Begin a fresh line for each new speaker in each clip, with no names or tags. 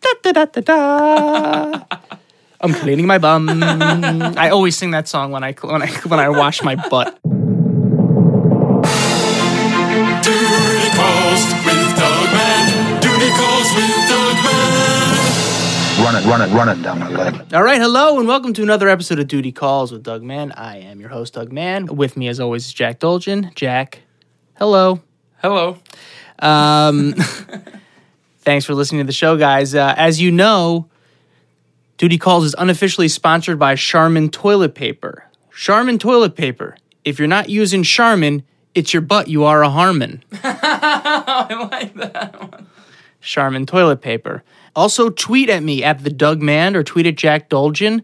da da da da. I'm cleaning my bum. I always sing that song when I when I when I wash my butt.
Duty calls with Doug Man. Duty calls with Doug Man.
Run it, run it, run it down my leg.
All right, hello and welcome to another episode of Duty Calls with Doug Mann. I am your host Doug Mann. With me, as always, is Jack Dolgin. Jack, hello.
Hello.
Um, thanks for listening to the show, guys. Uh, as you know, Duty Calls is unofficially sponsored by Charmin Toilet Paper. Charmin Toilet Paper. If you're not using Charmin, it's your butt you are a Harmon.
I like that.
Charmin Toilet Paper. Also, tweet at me at the Doug Man or tweet at Jack Dolgin.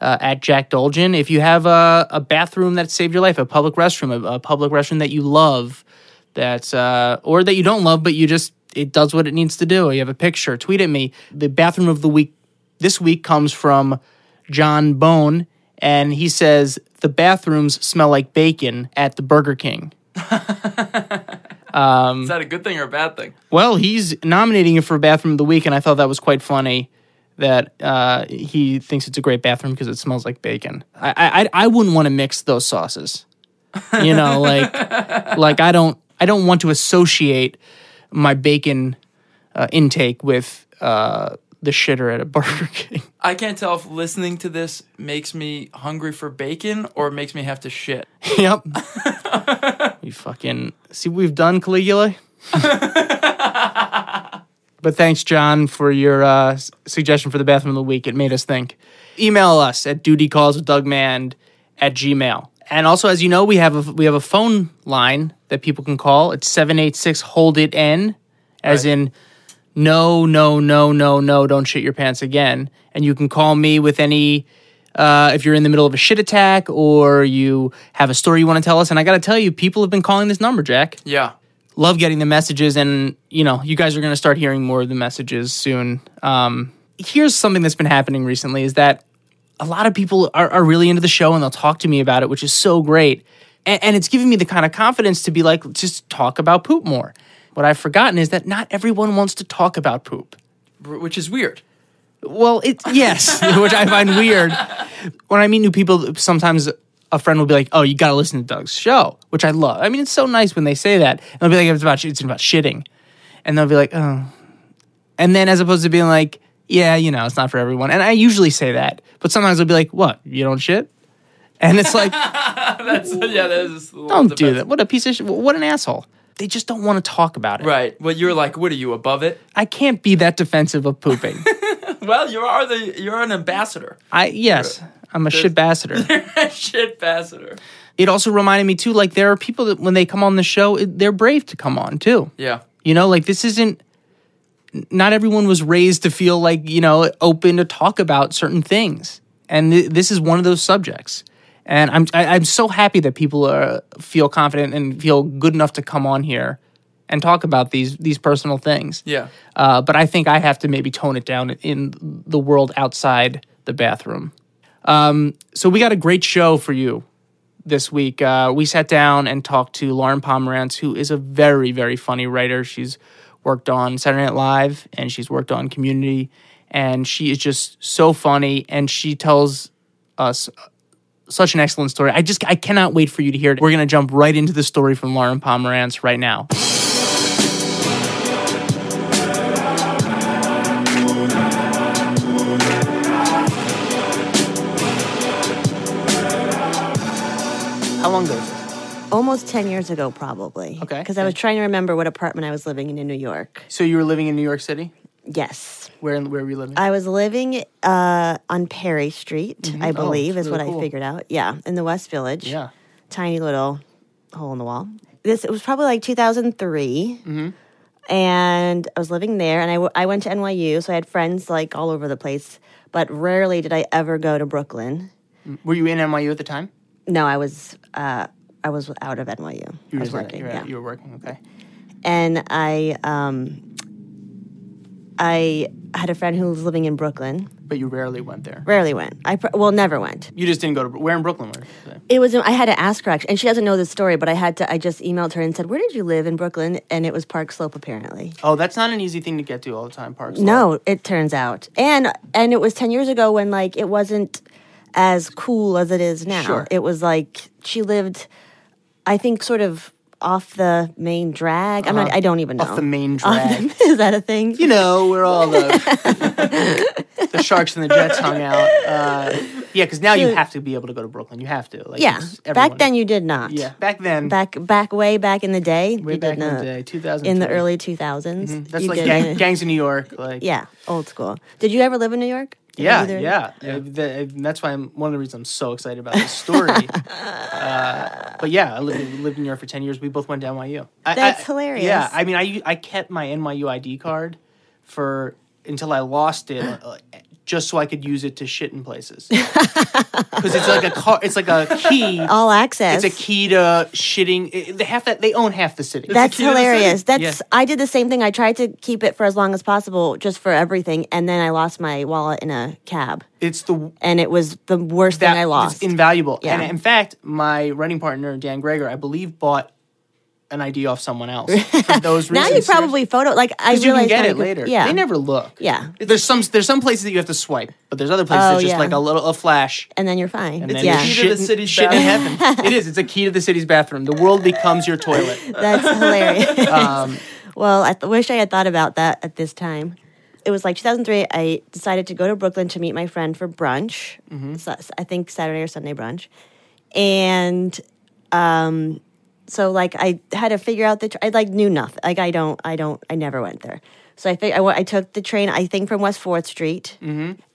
Uh, at Jack Dolgin, if you have a, a bathroom that saved your life, a public restroom, a, a public restroom that you love, that's uh, or that you don't love but you just it does what it needs to do you have a picture tweet at me the bathroom of the week this week comes from john bone and he says the bathrooms smell like bacon at the burger king
Is that a good thing or a bad thing?
well he's nominating it for bathroom of the week and i thought that was quite funny that uh, he thinks it's a great bathroom because it smells like bacon i I- i, I wouldn't want to mix those sauces you know like like i don't i don't want to associate my bacon uh, intake with uh, the shitter at a burger king
I can't tell if listening to this makes me hungry for bacon or makes me have to shit.
yep we fucking see what we've done caligula but thanks john for your uh, s- suggestion for the bathroom of the week it made us think email us at dutycallswithdugmand at gmail and also as you know we have a we have a phone line that people can call it's 786 hold it n as
Right.
in no no no no no don't shit your pants again and you can call me with any uh, if you're in the middle of a shit attack or you have a story you want to tell us and i gotta tell you people have been calling this number jack
Yeah.
love getting the messages and you know you guys are going to start hearing more of the messages soon um, here's something that's been happening recently is that a lot of people are, are really into the show and they'll talk to me about it which is so great and, and it's giving me the kind of confidence to be like just talk about poop more what i've forgotten is that not everyone wants to talk about poop
R- Which is weird.
well, it's yes, which I find weird. When I meet new people, sometimes a friend will be like, "Oh, you got to listen to Doug's show," which I love. I mean, it's so nice when they say that, and I'll be like, "It's about it's about shitting," and they'll be like, "Oh," and then as opposed to being like, "Yeah, you know, it's not for everyone," and I usually say that, but sometimes they'll be like, "What? You don't shit?" And it's like,
That's yeah. That is. a little
"Don't do
defensive.
that! What a piece of shit! What an asshole!" They just don't want to talk about it.
Right. Well, you're like, what are you above it?
I can't be that defensive of pooping.
Well, you are the you're an ambassador,
I yes, I'm a shit ambassador.
shit ambassador.
it also reminded me too like there are people that when they come on the show it, they're brave to come on too
Yeah.
you know like this isn't n- not everyone was raised to feel like you know open to talk about certain things and th- this is one of those subjects and i'm I, i'm so happy that people are feel confident and feel good enough to come on here and talk about these these personal things
Yeah.
uh, but I think I have to maybe tone it down in the world outside the bathroom. Um, so we got a great show for you this week. Uh, we sat down and talked to Lauren Pomerantz, who is a very, very funny writer. She's worked on Saturday Night Live and she's worked on Community, and she is just so funny. And she tells us such an excellent story. I just I cannot wait for you to hear it. We're gonna jump right into the story from Lauren Pomerantz right now. How long goes this?
almost 10 years ago probably
Okay.
because i was trying to remember what apartment i was living in in new york
So you were living in New York City?
yes
Where where were you living?
i was living uh, on perry street i
Mm-hmm. Oh,
believe
that's really
is what
cool.
i figured out yeah in the west village
yeah.
tiny little hole in the wall this it was probably like 2003
Mm-hmm.
and i was living there and I, w- I went to nyu so i had friends like all over the place but rarely did i ever go to brooklyn
Were you in NYU at the time?
no i was uh, i was out of nyu
You
i
were
was
just-
working
You were,
yeah.
you were working. Okay.
and I um, I had a friend who was living in Brooklyn,
but you rarely went there.
Rarely went. I pr- well never went.
You just didn't go to. Where in Brooklyn were you?
It was. I had to ask her actually, and she doesn't know this story, but I had to. I just emailed her and said, "Where did you live in Brooklyn?" And it was Park Slope apparently.
Oh, that's not an easy thing to get to all the time. Parks.
No, it turns out, and and it was ten years ago when like it wasn't as cool as it is now.
Sure.
It was like she lived, I think, sort of off the main drag. I'm not. I don't even know.
Uh-huh. Off the main drag.
is that a thing?
you know, where all the the sharks and the jets hung out. Uh, yeah, because now you
Dude.
have to be able to go to Brooklyn. You have to. Like,
yeah.
it's
Back
everyone-
then, you did not.
Yeah, back then.
Back back way back in the day,
way
you
back
did
in the
not.
day, 2000.
In the early 2000s.
That's
you
like
did
gang,
not.
gangs in New York. Like
Yeah, old school. Did you ever live in New York? Did
Yeah,
either-
yeah. Uh, the- uh, that's why I'm one of the reasons I'm so excited about this story. uh, but yeah, I lived, lived in New York for ten years. We both went to NYU. I-
That's
I-
hilarious.
Yeah, I mean, I I kept my NYU ID card for until I lost it, uh, just so I could use it to shit in places. Because it's like a car. It's like a key.
All access.
It's a key to shitting. It, they half that they own half the city. It's
That's
a key to the city.
hilarious. That's
Yeah.
I did the same thing. I tried to keep it for as long as possible, just for everything, and then I lost my wallet in a cab,
It's the
and it was the worst thing I
it's
lost.
invaluable.
Yeah.
And in fact, my running partner Dan Greger, I believe, bought an ID off someone else for those
now
reasons.
you probably photo like I
because you
realized
can get
that I
it
could-
later.
Yeah,
they never look.
Yeah.
there's some there's some places that you have to swipe, but there's other places
Oh,
that's just
yeah.
like a little a flash.
and then you're fine.
And then you're
yeah,
Key to the
shitting-
city's
shitting in heaven. it is. It's a key to the city's bathroom. The world becomes your toilet.
that's hilarious. well, I th- wish I had thought about that at this time. It was like 2003. I decided to go to Brooklyn to meet my friend for brunch. So, I think Saturday or Sunday brunch, and um, so like I had to figure out the tr- I like knew nothing. Like I don't I don't I never went there. So I think I went- I took the train I think from West Fourth Street,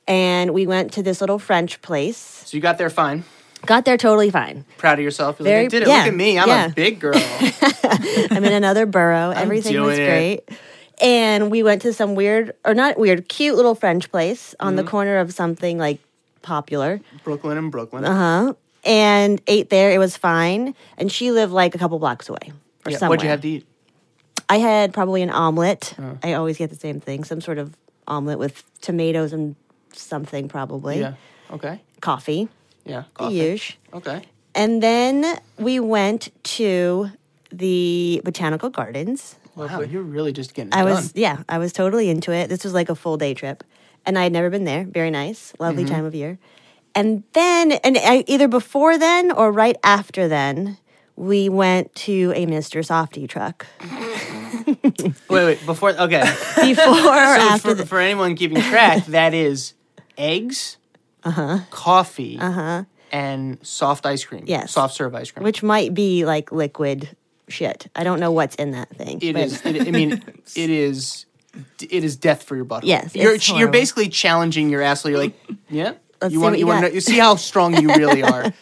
and we went to this little French place.
So you got there fine.
Got there totally fine.
Proud of yourself. You're
Very-
like, I did it.
yeah,
Look at me. I'm
yeah.
a big girl.
I'm in another borough. Everything was
doing
great.
it.
And we went to some weird or not weird, cute little French place on
Mm-hmm.
the corner of something like popular.
Brooklyn and Brooklyn.
Uh-huh. And ate there. It was fine. And she lived like a couple blocks away or
Yeah,
somewhere.
what'd you have to eat? Oh.
I had probably an omelet. I always get the same thing, some sort of omelet with tomatoes and something probably.
Yeah. Okay.
Coffee,
Yeah.
the
Coffee.
usual.
Okay.
And then we went to the botanical gardens.
Wow, you're really just getting it
I
done.
was yeah, I was totally into it. This was like a full day trip, and I had never been there. Very nice, lovely
Mm-hmm.
time of year. And then, and I, either before then or right after then, we went to a Mr. Softy truck.
Wait, wait, before okay.
Before or
so
after
for, for anyone keeping track, that is eggs, uh-huh. coffee, uh-huh. and soft ice cream.
Yes.
Soft serve ice cream.
which might be like liquid shit. I don't know what's in that thing.
it
but-
is it, I mean, it is it is death for your butthole.
Yes,
You're
it's
you're
horrible.
basically challenging your asshole. You're like, yeah.
Let's
you
see
want
what
you
you
want
got.
to you see how strong you really are.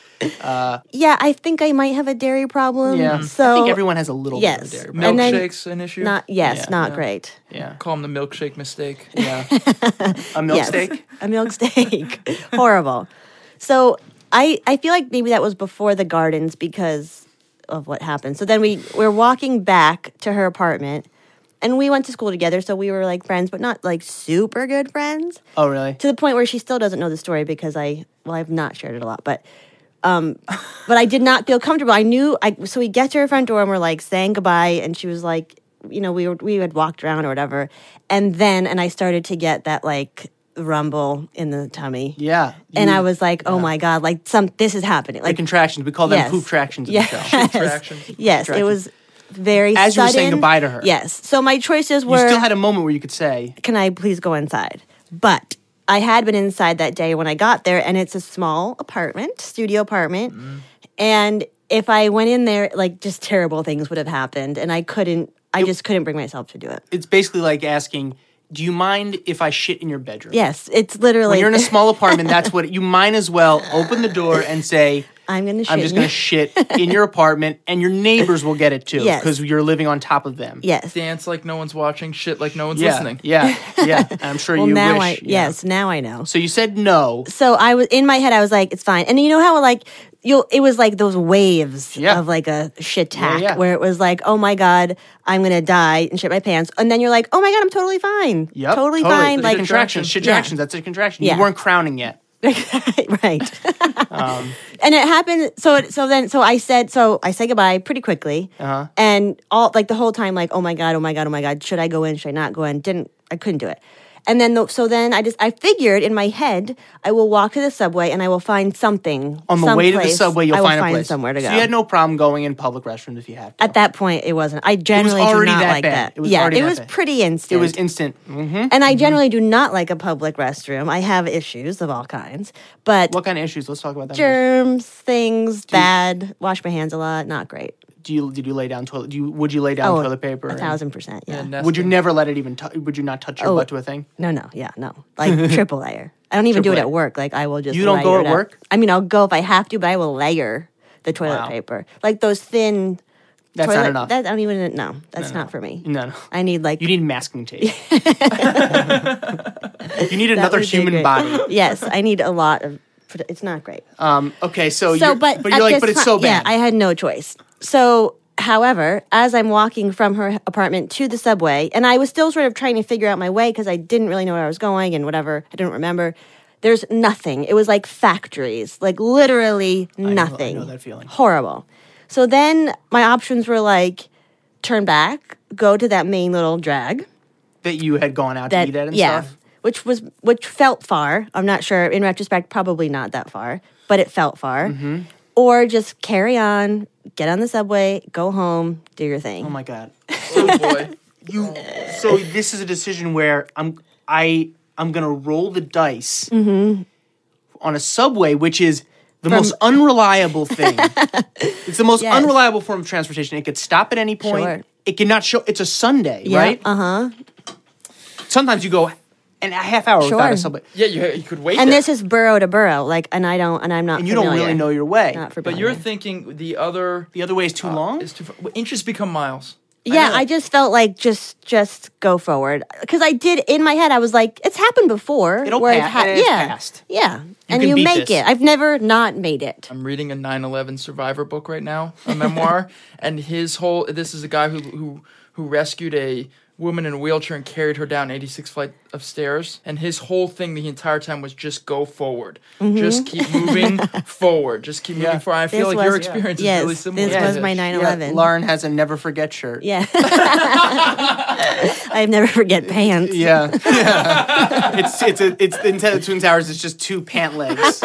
Yeah, I think I might have a dairy problem.
Yeah.
Mm-hmm. So
I think everyone has a little bit
yes.
of dairy.
And then-
Milkshakes an issue?
not yes,
Yeah.
not great.
Yeah.
Call them the milkshake mistake.
Yeah. A milk
yes.
steak?
A milk steak. Horrible. So I I feel like maybe that was before the gardens because of what happened. So then we we're walking back to her apartment and we went to school together, so we were like friends, but not like super good friends.
Oh really?
to the point where she still doesn't know the story because I well I've not shared it a lot, but um, but I did not feel comfortable. I knew I so we get to her front door and we're like saying goodbye, and she was like, you know, we were, we had walked around or whatever, and then and I started to get that like rumble in the tummy,
Yeah.
and
you-
I was like, oh my god, like some this is happening,
the
like
contractions. We call them
Yes.
poop tractions in the show.
yes,
Contractions.
yes, it was very
As you were
sudden.
saying goodbye to her.
Yes, so my choices
You
were
still had a moment where you could say,
can I please go inside? But I had been inside that day when I got there, and it's a small apartment, studio apartment. And if I went in there, like just terrible things would have happened, and I couldn't. I just couldn't bring myself to do it.
it's basically like asking, "Do you mind if I shit in your bedroom?"
Yes, it's literally.
When you're in a small apartment, that's what you might as well open the door and say,
I'm gonna shit.
"I'm just going to
you.
shit in your apartment," and your neighbors will get it too
Yes.
because you're living on top of them.
yes.
Dance like no one's watching, shit like no one's
yeah,
listening.
yeah, yeah. And I'm sure
Well,
you
now
wish.
I
yeah.
yes, now I know.
So you said no.
So I was in my head. I was like, it's fine. And you know how like you'll it was like those waves
Yeah.
of like a shit tack
yeah.
where it was like, oh my god, I'm gonna die and shit my pants, and then you're like, oh my god, I'm totally fine,
Yep,
totally, fine,
The
like
contractions, contractions. That's a contraction.
Yeah.
You weren't crowning yet.
right.
Um,
and it happened. So it, so then so I said so I said goodbye pretty quickly, uh-huh. and all like the whole time like oh my god oh my god oh my god should I go in should I not go in didn't I couldn't do it. And then, the, so then I just, I figured in my head, I will walk to the subway and I will find something.
On the way to the
someplace.
subway, you'll
I will
find a place
somewhere to go.
So you had no problem going in public restrooms if you had. To.
At that point, it wasn't. I generally
already
do not
that
like
bad.
that.
It was
yeah,
already
it
that
was
bad.
pretty
it
instant.
was instant. hmm
and I generally do not like a public restroom. I have issues of all kinds, but
What kind of issues? Let's talk about that. first.
germs, things, bad. Wash my hands a lot. Not great. Oh,
Do you did you lay down toilet? Do you would you lay down toilet paper?
a
and-
thousand Oh. percent. Yeah.
And
Would you never let it even? T- would you not touch your butt to a thing?
no, no, yeah, no. Like triple layer. I don't even do
Triple layer.
it at work. Like I will just.
You don't go
layer
at
it up.
work?
I mean, I'll go if I have to, but I will layer the toilet paper. Like those thin.
That's not
toilet,
enough.
That, I don't even. No, that's not for me.
No, no.
I need like
You need masking tape. you need another
would be
human
great.
body.
yes, I need a lot of. It's not great.
Um, okay, so,
so,
you're,
but
you're
at
like,
this
but it's
ti-
so bad.
Yeah, I had no choice. So, however, as I'm walking from her apartment to the subway, and I was still sort of trying to figure out my way because I didn't really know where I was going and whatever. I didn't remember. There's nothing. It was like factories, like literally nothing.
that feeling.
Horrible. So then my options were like turn back, go to that main little drag
that you had gone out
that
to eat at and
yeah,
stuff.
which was which felt far. I'm not sure. In retrospect, probably not that far, but it felt far.
Mm-hmm.
Or just carry on, get on the subway, go home, do your thing.
Oh my god.
Oh boy.
You. So this is a decision where I'm I I'm gonna roll the dice
Mm-hmm.
on a subway, which is the most unreliable thing. it's the most
Yes.
unreliable form of transportation. It could stop at any point.
Sure.
It cannot show. It's a Sunday,
Yeah,
right?
Uh-huh.
Sometimes you go an a half hour without
Sure.
a subway,
Yeah, you, you could wait.
And
there.
this is borough to borough, like, and I don't, and I'm not.
and you don't really
familiar.
know your way.
Not
But
familiar.
you're thinking the other
the other way is too long.
is too far. well, inches become miles.
Yeah,
know.
I, just felt like just just go forward because I did in my head. I was like, it's happened before.
It'll
where it's
pass, and it's
yeah,
passed.
yeah, and
can
you
beat
make
this.
it. I've never not made it.
I'm reading a 9/11 survivor book right now, a memoir, and his whole this is a guy who who who rescued a woman in a wheelchair and carried her down 86 flight of stairs and his whole thing the entire time was just go forward just keep moving forward just keep moving forward i feel
Mm-hmm. This
like your
was-
experience
yes,
is really similar
this
to
was my 9/11.
Lauren has a never forget shirt.
Yeah. I never forget pants.
Yeah, it's it's a, it's the Nintendo Twin Towers. It's just two pant legs.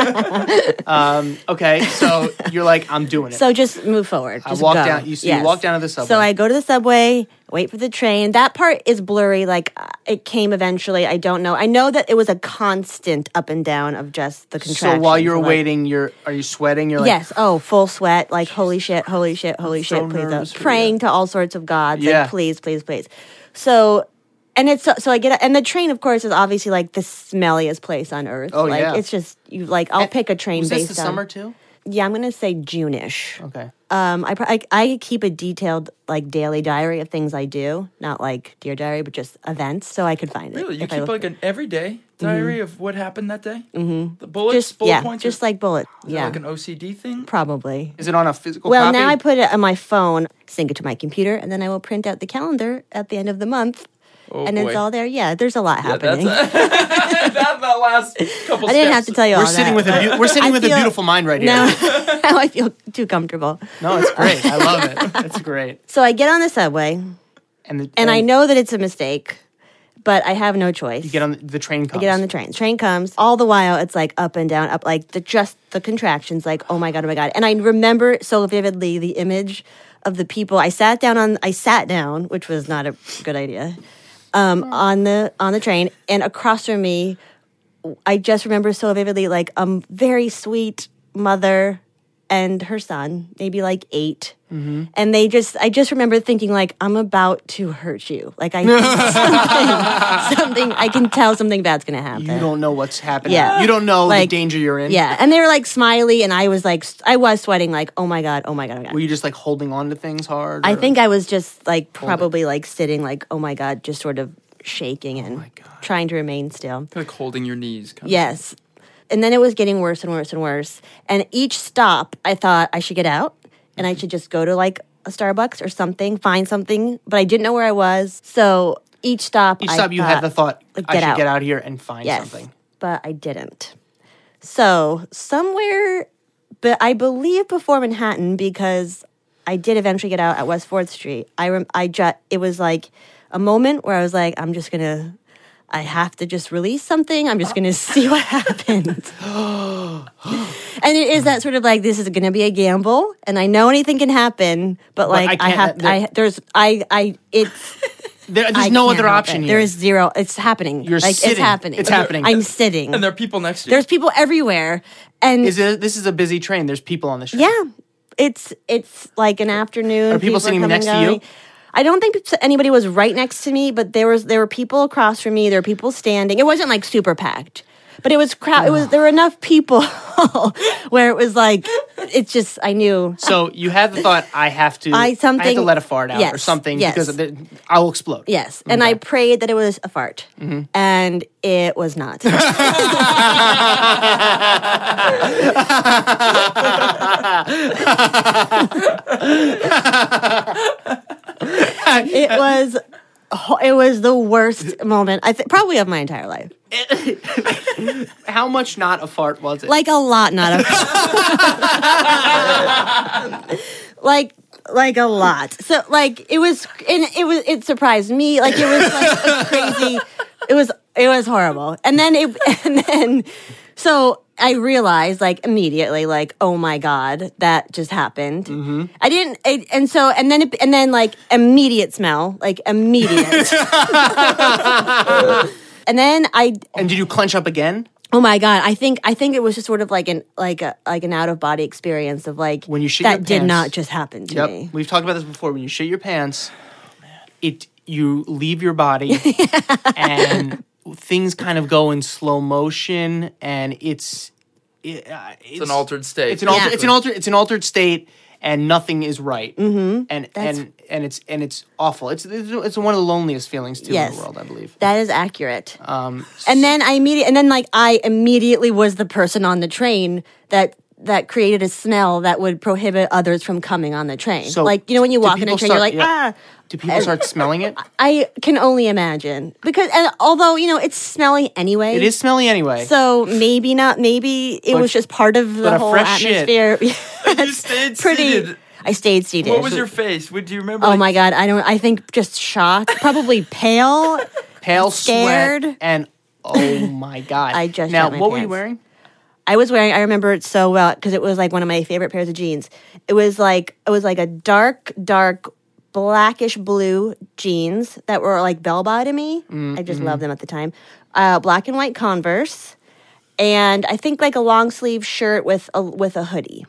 um, okay, so you're like, I'm doing it.
So just move forward. Just
walk
go.
down- you- so you walk down to the subway.
So I go to the subway, wait for the train. That part is blurry. Like uh, it came eventually. I don't know. I know that it was a constant up and down of just the contractions.
so while you're
like-
waiting, you're are you sweating? You're like,
yes. Oh, full sweat. Like holy shit, holy shit, holy shit.
so
please,
nervous
don't
for you.
praying to all sorts of gods.
Yeah.
Like please, please, please. So. And it's so, so I get and the train of course is obviously like the smelliest place on earth.
Oh,
like
yeah.
it's just you like I'll pick a train
Was this
based
the
on
summer too?
yeah, I'm gonna say June-ish.
Okay.
Um, I, pro- I I keep a detailed like daily diary of things I do, not like Dear Diary, but just events, so I could find it.
Really, you
if I
keep
look-
like
Mm-hmm.
an everyday diary of what happened that day mm-hmm. the bullets
just
bullet
yeah,
points
just
are-
like bullet.
is that
Yeah,
like an ocd thing
probably.
Is it on a physical?
Well,
copy?
now I put it on my phone, sync it to my computer, and then I will print out the calendar at the end of the month,
Oh,
and it's
boy.
all there. Yeah, there's a lot happening.
that, that last couple
I didn't have
steps.
to tell you
We're
all
sitting
that.
with a beau- we're sitting
I
with a
feel-
beautiful mind right
now,
here.
now I feel too comfortable.
No, it's great. I love it. It's great.
So I get on the subway,
And the,
and I know that it's a mistake, but I have no choice.
you get on the, the train. Comes.
I get on the train. Train comes. All the while, it's like up and down, up like the just the contractions. Like oh my god, oh my god. And I remember so vividly the image of the people. I sat down on. I sat down, which was not a good idea. Um, on the on the train, and across from me, I just remember so vividly like a m- very sweet mother and her son, maybe like 8 And they just, I just remember thinking, like, I'm about to hurt you. Like, I something, something, I can tell something bad's gonna happen.
You don't know what's happening.
Yeah.
You don't know
Like-
the danger you're in.
yeah. And they were like smiley, and I was like, s- I was sweating, like, oh my God, oh my God, oh my God.
Were you just like holding on to things hard?
I
or-
think I was just like probably like sitting, like, oh my God,
Oh
just sort of shaking and trying to remain still.
like holding your knees kind of.
Yes. And then it was getting worse and worse and worse. And each stop, I thought I should get out and
Mm-hmm.
I should just go to like a Starbucks or something, find something. But I didn't know where I was. So each stop,
Each
I
time you had the thought,
like,
I
get
should
out.
get out here and find
Yes,
something.
but I didn't. So somewhere, but I believe before Manhattan because I did eventually get out at West Fourth Street. I rem- I ju- it was like a moment where I was like, I'm just gonna. I have to just release something. I'm just going to see what happens. and it is that sort of like this is going to be a gamble, and I know anything can happen, but like
I
I,
can't-
have,
there-
I there's I I it's
There,
I
there's no
can't
other
help
option
it.
here.
There is zero. It's happening.
You're
like it's
sitting.
happening.
It's happening.
I'm sitting.
And there are people next to you.
There's people everywhere, and
Is it, this is a busy train. There's people on the train.
yeah, it's it's like an afternoon.
Are people sitting
coming
next to
and
you?
going. I don't think anybody was right next to me, but there was there were people across from me. There were people standing. It wasn't like super packed, but it was crowd. It was there were enough people where it was like it's just I knew
So you had the thought, I have to,
I-
I have to
something-
let a fart out or
yes,
something
yes.
because of the, I'll explode.
Yes. And I prayed that it was a fart.
Mm-hmm.
And it was not. it was ho- it was the worst moment I think probably of my entire life.
How much not a fart was it?
Like a lot not a Like like a lot. So like it was and it was it surprised me. Like it was like a crazy it was it was horrible. And then it and then so I realized like immediately like oh my god that just happened. I didn't it, and so and then it, and then like immediate smell like immediate. and then I
and did you clench up again
Oh my god! I think I think it was just sort of like an like a like an out of body experience of like
When you shit
that
your
did
pants.
not just happen to me.
We've talked about this before. When you shit your pants,
Oh,
it you leave your body and things kind of go in slow motion and it's it, uh, it's,
It's an altered state.
it's an altered
Yeah.
it's an altered it's an altered state and nothing is right. Mm-hmm. And and and it's and it's awful. It's it's it's one of the loneliest feelings too in
Yes.
the world, I believe.
That is accurate. Um, and then I immediately and then like I immediately was the person on the train that that created a smell that would prohibit others from coming on the train.
So,
like you know when you
do
walk in a
people
train,
start-
you're like
yeah.
ah.
Do people start smelling it?
I can only imagine because and although you know it's smelly anyway.
It is smelly anyway.
So maybe not. Maybe it
But-
was just part of
but
the
a
whole
fresh shit.
atmosphere.
You stayed
Pretty.
seated.
I stayed seated.
What was your face? Would you remember?
Oh
like,
my god, I don't. I think just shocked, probably pale.
Pale sweat
scared.
and oh my god.
I just
now
shit my
what were you
pants.
wearing?
I was wearing. I remember it so well because it was like one of my favorite pairs of jeans. It was like it was like a dark, dark, blackish blue jeans that were like bell bottom me.
Mm,
I just
mm-hmm.
loved them at the time. Uh, black and white Converse, and I think like a long sleeve shirt with a with a hoodie.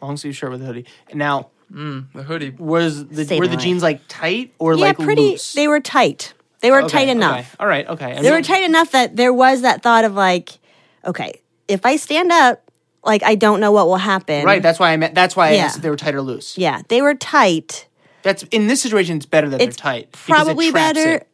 Long sleeve shirt with a hoodie. Now
The hoodie.
was the
Saved
were
my
the
life.
jeans like tight or
yeah,
like
pretty.
loose?
They were tight. They were
Okay,
tight
okay.
enough.
All right, okay. I
they
mean,
were tight enough that there was that thought of like, okay, if I stand up, like I don't know what will happen.
right. That's why I meant. That's why I
Yeah.
asked if they were tight or loose.
yeah, they were tight.
That's in this situation. It's better that
It's
they're tight. because it
probably
traps
better.
it.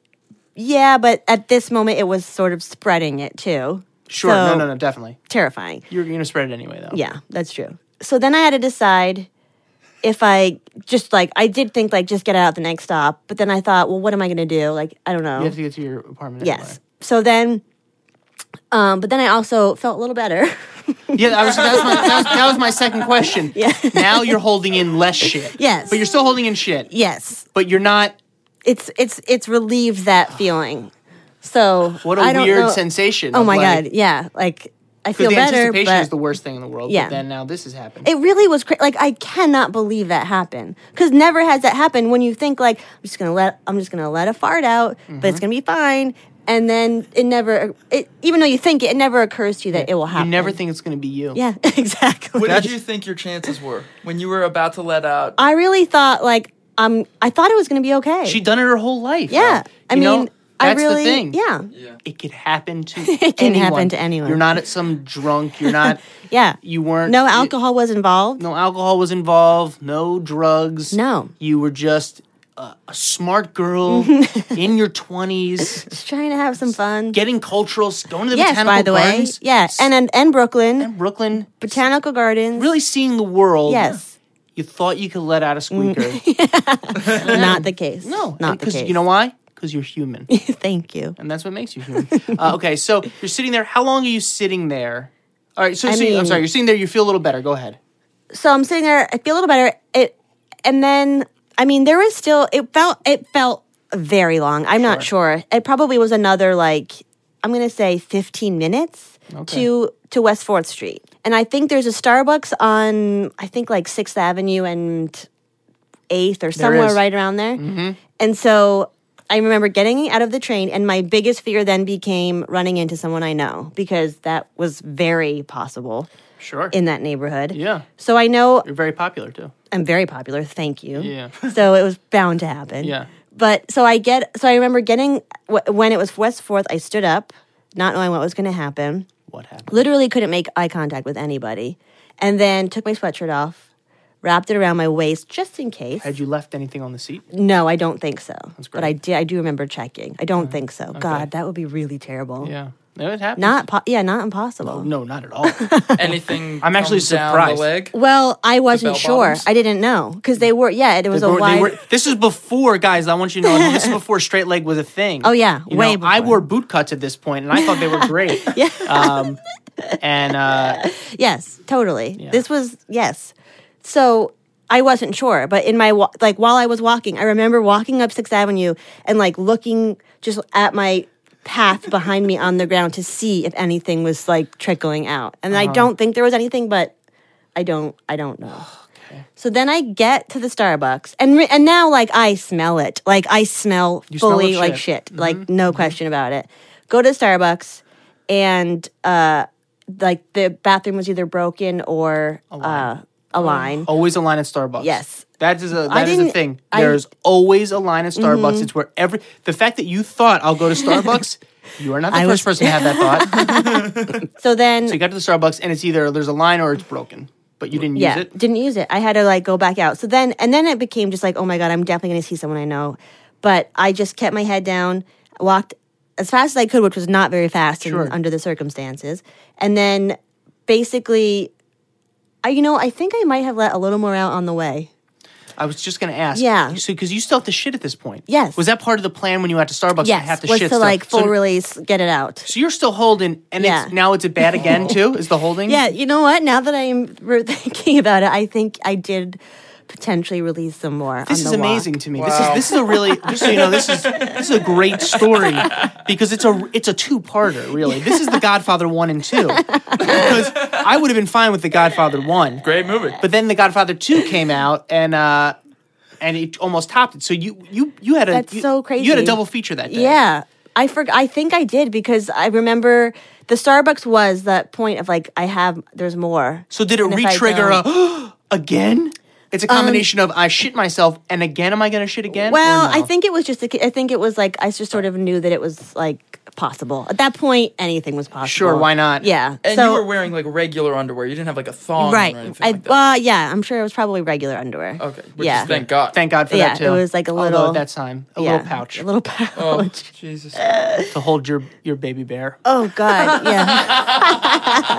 Yeah, but at this moment, it was sort of spreading it too.
Sure. no,
So-
no, no. Definitely.
Terrifying.
You're gonna spread it anyway, though.
Yeah, that's true. So then I had to decide if I just like I did think like just get out the next stop, but then I thought, well, what am I going to do? Like I don't know.
You have to get to your apartment.
yes. So then, um, but then I also felt a little better.
Anyway. Yeah. That was, that, was my, that, was, that was my second question. Yeah. now you're holding in less shit.
Yes.
But you're still holding in shit.
yes.
But you're not.
it's it's it's relieved that feeling. So
What a
I don't
weird
know-
sensation.
Oh
of,
my
like,
god, yeah, like I
'cause
feel
the
better,
anticipation
but
is the worst thing in the world.
Yeah.
But then now this has happened.
it really was cra- like I cannot believe that happened because never has that happened when you think like I'm just gonna let I'm just gonna let a fart out, but
Mm-hmm.
it's gonna be fine. And then it never, it, even though you think it, it never occurs to you that it will
you
happen.
never think it's gonna be you.
Yeah, exactly.
What did you think your chances were when you were about to let out?
I really thought like um, I thought it was gonna be okay.
She done it her whole life.
yeah,
though.
I
You
mean,
know,
I
that's the
really,
thing.
yeah,
it could happen to
It can
anyone.
happen to anyone.
You're not at some drunk. You're not.
yeah.
You weren't.
no
you-
alcohol was involved.
no alcohol was involved. No drugs.
No.
You were just a, a smart girl in your 20s,
Just trying to have some fun.
getting cultural, s- going to the
yes,
botanical
by the way.
gardens.
Yeah, and and, and Brooklyn
in Brooklyn,
Botanical Gardens.
really seeing the world.
Yes.
You thought you could let out a squeaker.
Not the case.
No,
not the
because
case.
you know why? Because you're human,
Thank you.
and that's what makes you human. uh, okay, so you're sitting there. How long are you sitting there? All right, so,
I
so you- I'm
mean-
sorry. You're sitting there. You feel a little better. Go ahead.
so I'm sitting there. I feel a little better. It, and then I mean, there was still. It felt. It felt very long. I'm not sure. It probably was another like I'm gonna say 15 minutes to to West Fourth Street. And I think there's a Starbucks on I think like Sixth Avenue and Eighth or somewhere
is. Mm-hmm.
right around there. And so. I remember getting out of the train, and my biggest fear then became running into someone I know because that was very possible
Sure.
in that neighborhood.
yeah,
So I know
you're very popular too.
I'm very popular. Thank you.
Yeah.
So it was bound to happen.
Yeah.
But so I get, so I remember getting, wh- when it was West 4th, I stood up, not knowing what was going to happen.
What happened?
Literally couldn't make eye contact with anybody. And then took my sweatshirt off, wrapped it around my waist just in case.
Had you left anything on the seat?
no, I don't think so. That's
great.
But I, did, I do remember checking. I don't think so. God, that would be really terrible.
Yeah, no, it happened.
Not, po- yeah, not impossible.
No, not at all.
Anything?
I'm actually
comes down
surprised.
The leg.
Well, I wasn't
bell
sure.
bottoms?
I didn't know because they were, yeah, it was
They
a
were- they
wide.
were- this is before, guys. I want you to know. This is before straight leg was a thing.
Oh, yeah,
You
way
know, I
before.
wore boot cuts at this point, and I thought they were great. yeah. Um, and uh,
Yes, totally. This was yes. So I wasn't sure, but in my wa- like while I was walking, I remember walking up Sixth Avenue and like looking just at my path behind me on the ground to see if anything was like trickling out. And
Uh-huh.
I don't think there was anything, but I don't I don't know.
Oh,
So then I get to the Starbucks and re- and now like I smell it. Like I smell
smell
fully
of
like shit.
shit. Mm-hmm.
Like no question about it. Go to Starbucks and uh like the bathroom was either broken or a line. Uh,
Oh.
a line.
always a line at Starbucks.
Yes.
That is a that is a
didn't-
thing.
I- Mm-hmm.
There's always a line at Starbucks. It's where every the fact that you thought I'll go to Starbucks, you are not the
I
first
was-
person to have that thought.
So then
so you got to the Starbucks and it's either there's a line or it's broken, but you didn't
yeah,
use it.
didn't use it. I had to like go back out. So then and then it became just like, oh my god, I'm definitely going to see someone I know. But I just kept my head down, walked as fast as I could, which was not very fast in-
Sure.
under the circumstances. And then basically I you know, I think I might have let a little more out on the way.
I was just gonna ask.
Yeah.
So because you still have to shit at this point.
Yes.
Was that part of the plan when you went to Starbucks? You
Yes,
have to
was
shit
to
still?
like full
so,
release, get it out.
so you're still holding, and
Yeah.
it's, now it's a bad again too. Is the holding?
Yeah, you know what? Now that I'm re- thinking about it, I think I did potentially release some more.
This
on
is
the walk.
amazing to me. This is
Wow.
this is a really just so you know this is this is a great story because it's a it's a two parter really. This is the Godfather one and two because I would have been fine with the Godfather one,
Great movie.
but then the Godfather two came out and uh and it almost topped it. So you you you had a
That's
you,
so
You had a
crazy.
double feature that day.
Yeah, I forg I think I did because I remember the Starbucks was that point of like I have there's more.
So did it
And if I Um,
re-trigger a again? It's a combination of I shit myself and again am I going to shit again? or
Well, I
no?
think it was just a, I think it was like I just sort of knew that it was like possible at that point. Anything was possible.
Sure, why not?
Yeah.
And
so,
you were wearing like regular underwear. You didn't have like a thong
right.
or anything
I,
like that.
well, yeah, I'm sure it was probably regular underwear.
okay. Which
yeah.
Is, thank God.
Thank God for
Yeah,
that too.
it was like a
Although
little-
at that time, a
Yeah,
little pouch
A little pouch.
Oh, Jesus.
to hold your your baby bear.
Oh God, yeah.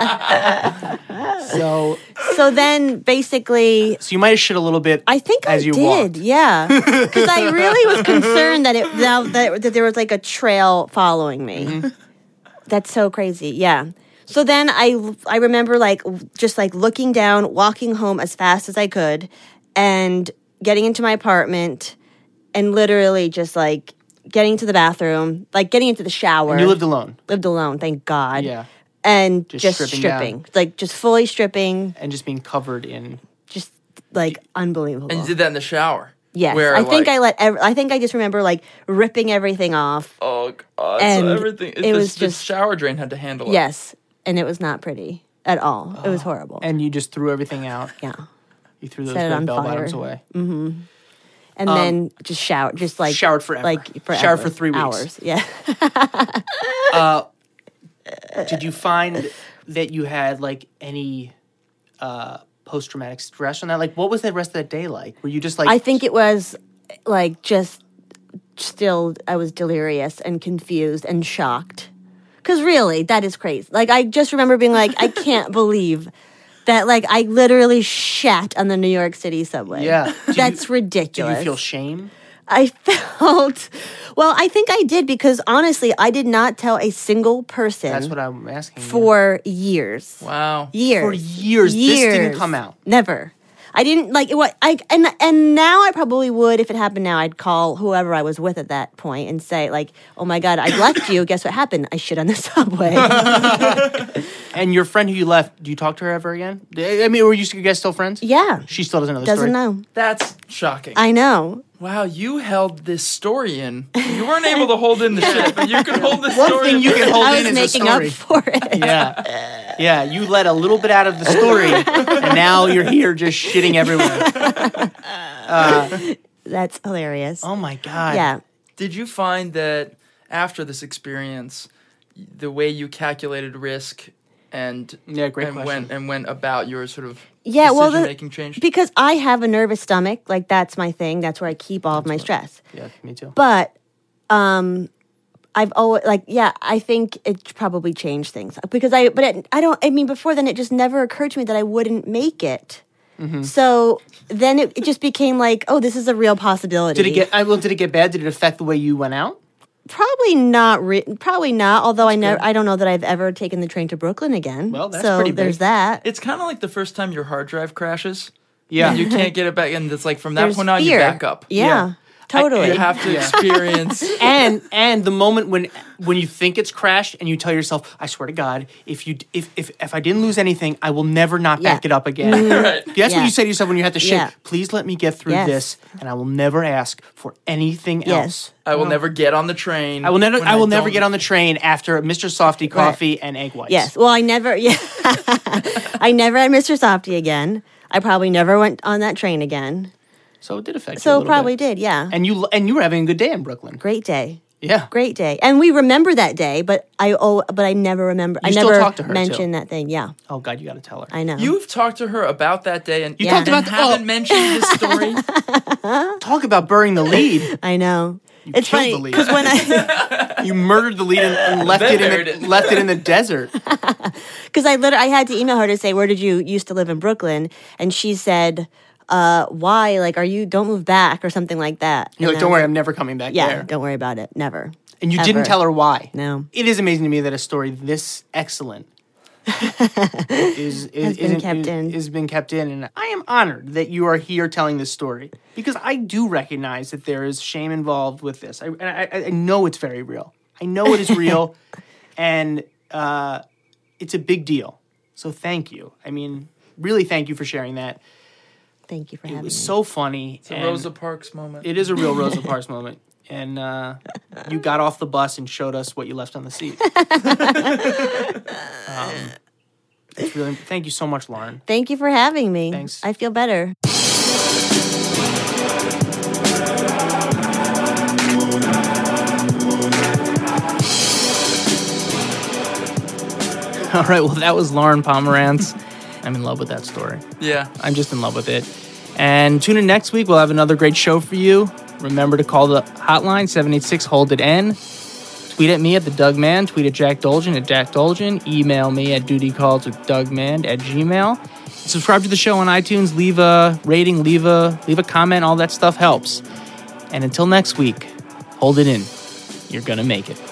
So
so then basically,
so you might have shit a little bit.
I think
as
I
you
did,
walked.
yeah, because I really was concerned that it now that, that there was like a trail following me.
Mm-hmm.
That's so crazy, yeah. So then I I remember like just like looking down, walking home as fast as I could, and getting into my apartment, and literally just like getting to the bathroom, like getting into the shower.
You lived alone.
lived alone, thank God.
Yeah.
And just,
Just
stripping,
stripping down.
like just fully stripping,
And just being covered in
just like unbelievable.
And you did that in the shower.
yes,
Where,
I think
like,
I let. Ev- I think I just remember like ripping everything off.
Oh God!
And
so everything.
it
the-
was
the
just-
shower drain had to handle it.
Yes, and it was not pretty at all. it was horrible.
Oh. and you just threw everything out.
yeah,
You threw those
Set it
bell
on
bottoms
fire.
away.
and then just shower, just like
um, Showered forever.
like forever,
Showered for three weeks.
hours. Yeah,
Did you find that you had like any uh post traumatic stress on that? Like what was the rest of that day like? Were you just like
I think it was. like just still I was delirious and confused and shocked. Cuz really, that is crazy. Like I just remember being like I can't believe that like I literally shat on the New York City subway.
Yeah. Do you-
That's
Do
ridiculous.
you feel shame?
I felt well, I think I did because honestly, I did not tell a single person
That's what I'm asking. you.
for years
Wow.
years
For years, this didn't come out.
never i didn't like it what i and and now i probably would if it happened now i'd call whoever i was with at that point and say like oh my god i left you guess what happened i shit on the subway
And your friend who you left, do you talk to her ever again? I mean, were you guys still friends?
yeah
She still doesn't know the
doesn't
story.
know
That's shocking.
i know
wow, you held this story in. You weren't able to hold in the shit, but you could hold the story.
One thing
in.
you can hold
i
in
was
is
making
the
up
story.
for it
Yeah. Yeah, you let a little bit out of the story, and now you're here just shitting everywhere.
that's hilarious
Oh my god.
yeah
Did you find that after this experience, the way you calculated risk and
Yeah, great
and
question.
went and went about your sort of
Yeah, well, the-
decision making changed?
because i have a nervous stomach like that's my thing that's where i keep all of my stress
Yeah, me too.
but um i've always like yeah i think it probably changed things because i but it, i don't i mean before then it just never occurred to me that i wouldn't make it
Mm-hmm.
so then it, it just became like oh this is a real possibility
Did it get? I well, did it get bad? Did it affect the way you went out?
probably not re- probably not although i never i don't know that i've ever taken the train to brooklyn again
Well, that's
so
pretty big.
there's that
it's kind of like the first time your hard drive crashes.
Yeah.
and you can't get it back, and it's like from that
there's
point on
fear.
you back up.
yeah,
Yeah.
totally
you have to experience.
and and the moment when when you think it's crashed and you tell yourself, I swear to God, if you if if, if I didn't lose anything, I will never not
Yeah. Mm-hmm.
back it up again. That's what
Yeah.
you say to yourself when you have to shit.
Yeah.
Please let me get through
Yes.
this, and I will never ask for anything
Yes.
else.
I will never get on the train.
I will never.
when
I will never
don't-
get on the train after Mr. Softy coffee and egg whites.
Yes. Well, I never. Yeah, I never had Mr. Softy again. I probably never went on that train again.
So it did affect. you a
So
little
probably
bit.
did. Yeah.
And you and you were having a good day in Brooklyn.
great day.
Yeah.
Great day. And we remember that day, but I oh, but I never remember. I
You still
never
talk to her, too.
mentioned that thing. Yeah,
Oh God, you got to tell her.
I know.
You've talked to her about that day, and you
talked
about the-
haven't
oh.
mentioned this story.
Talk about burying the lead.
I know. it's
killed
funny
the lead.
because when I
you murdered the lead and, and left
Then
it in
buried
the,
it.
left it in the desert.
because I literally I had to email her to say where did you used to live in Brooklyn, and she said, uh, "Why? Like, are you don't move back or something like that."
You're
And
like,
I
don't
was
worry, I'm never coming back
Yeah,
there.
don't worry about it. Never.
And you didn't
ever.
tell her why.
No.
It is amazing to me that a story this excellent is, is
Has been
isn't-
kept
is,
in.
Has been kept in, and I am honored that you are here telling this story because I do recognize that there is shame involved with this. I and I, I- I know it's very real. I know it is real, and uh, it's a big deal. So thank you. I mean, really, thank you for sharing that.
Thank you for
It
having me.
was so funny.
It's a
and-
Rosa Parks moment.
it is a real Rosa Parks moment. And uh, you got off the bus and showed us what you left on the seat. um, it's really, thank you so much, Lauren.
Thank you for having me.
Thanks.
I feel better.
All right, well, that was Lauren Pomerantz. I'm in love with that story.
yeah.
I'm just in love with it. And tune in next week. We'll have another great show for you. Remember to call the hotline 786 Hold It N. Tweet at me at the Doug Man. Tweet at Jack Dolgen at Jack Dolgen. Email me at dutycalls with Dougman at Gmail. Subscribe to the show on iTunes. Leave a rating. Leave a leave a comment. All that stuff helps. And until next week, hold it in. You're gonna make it.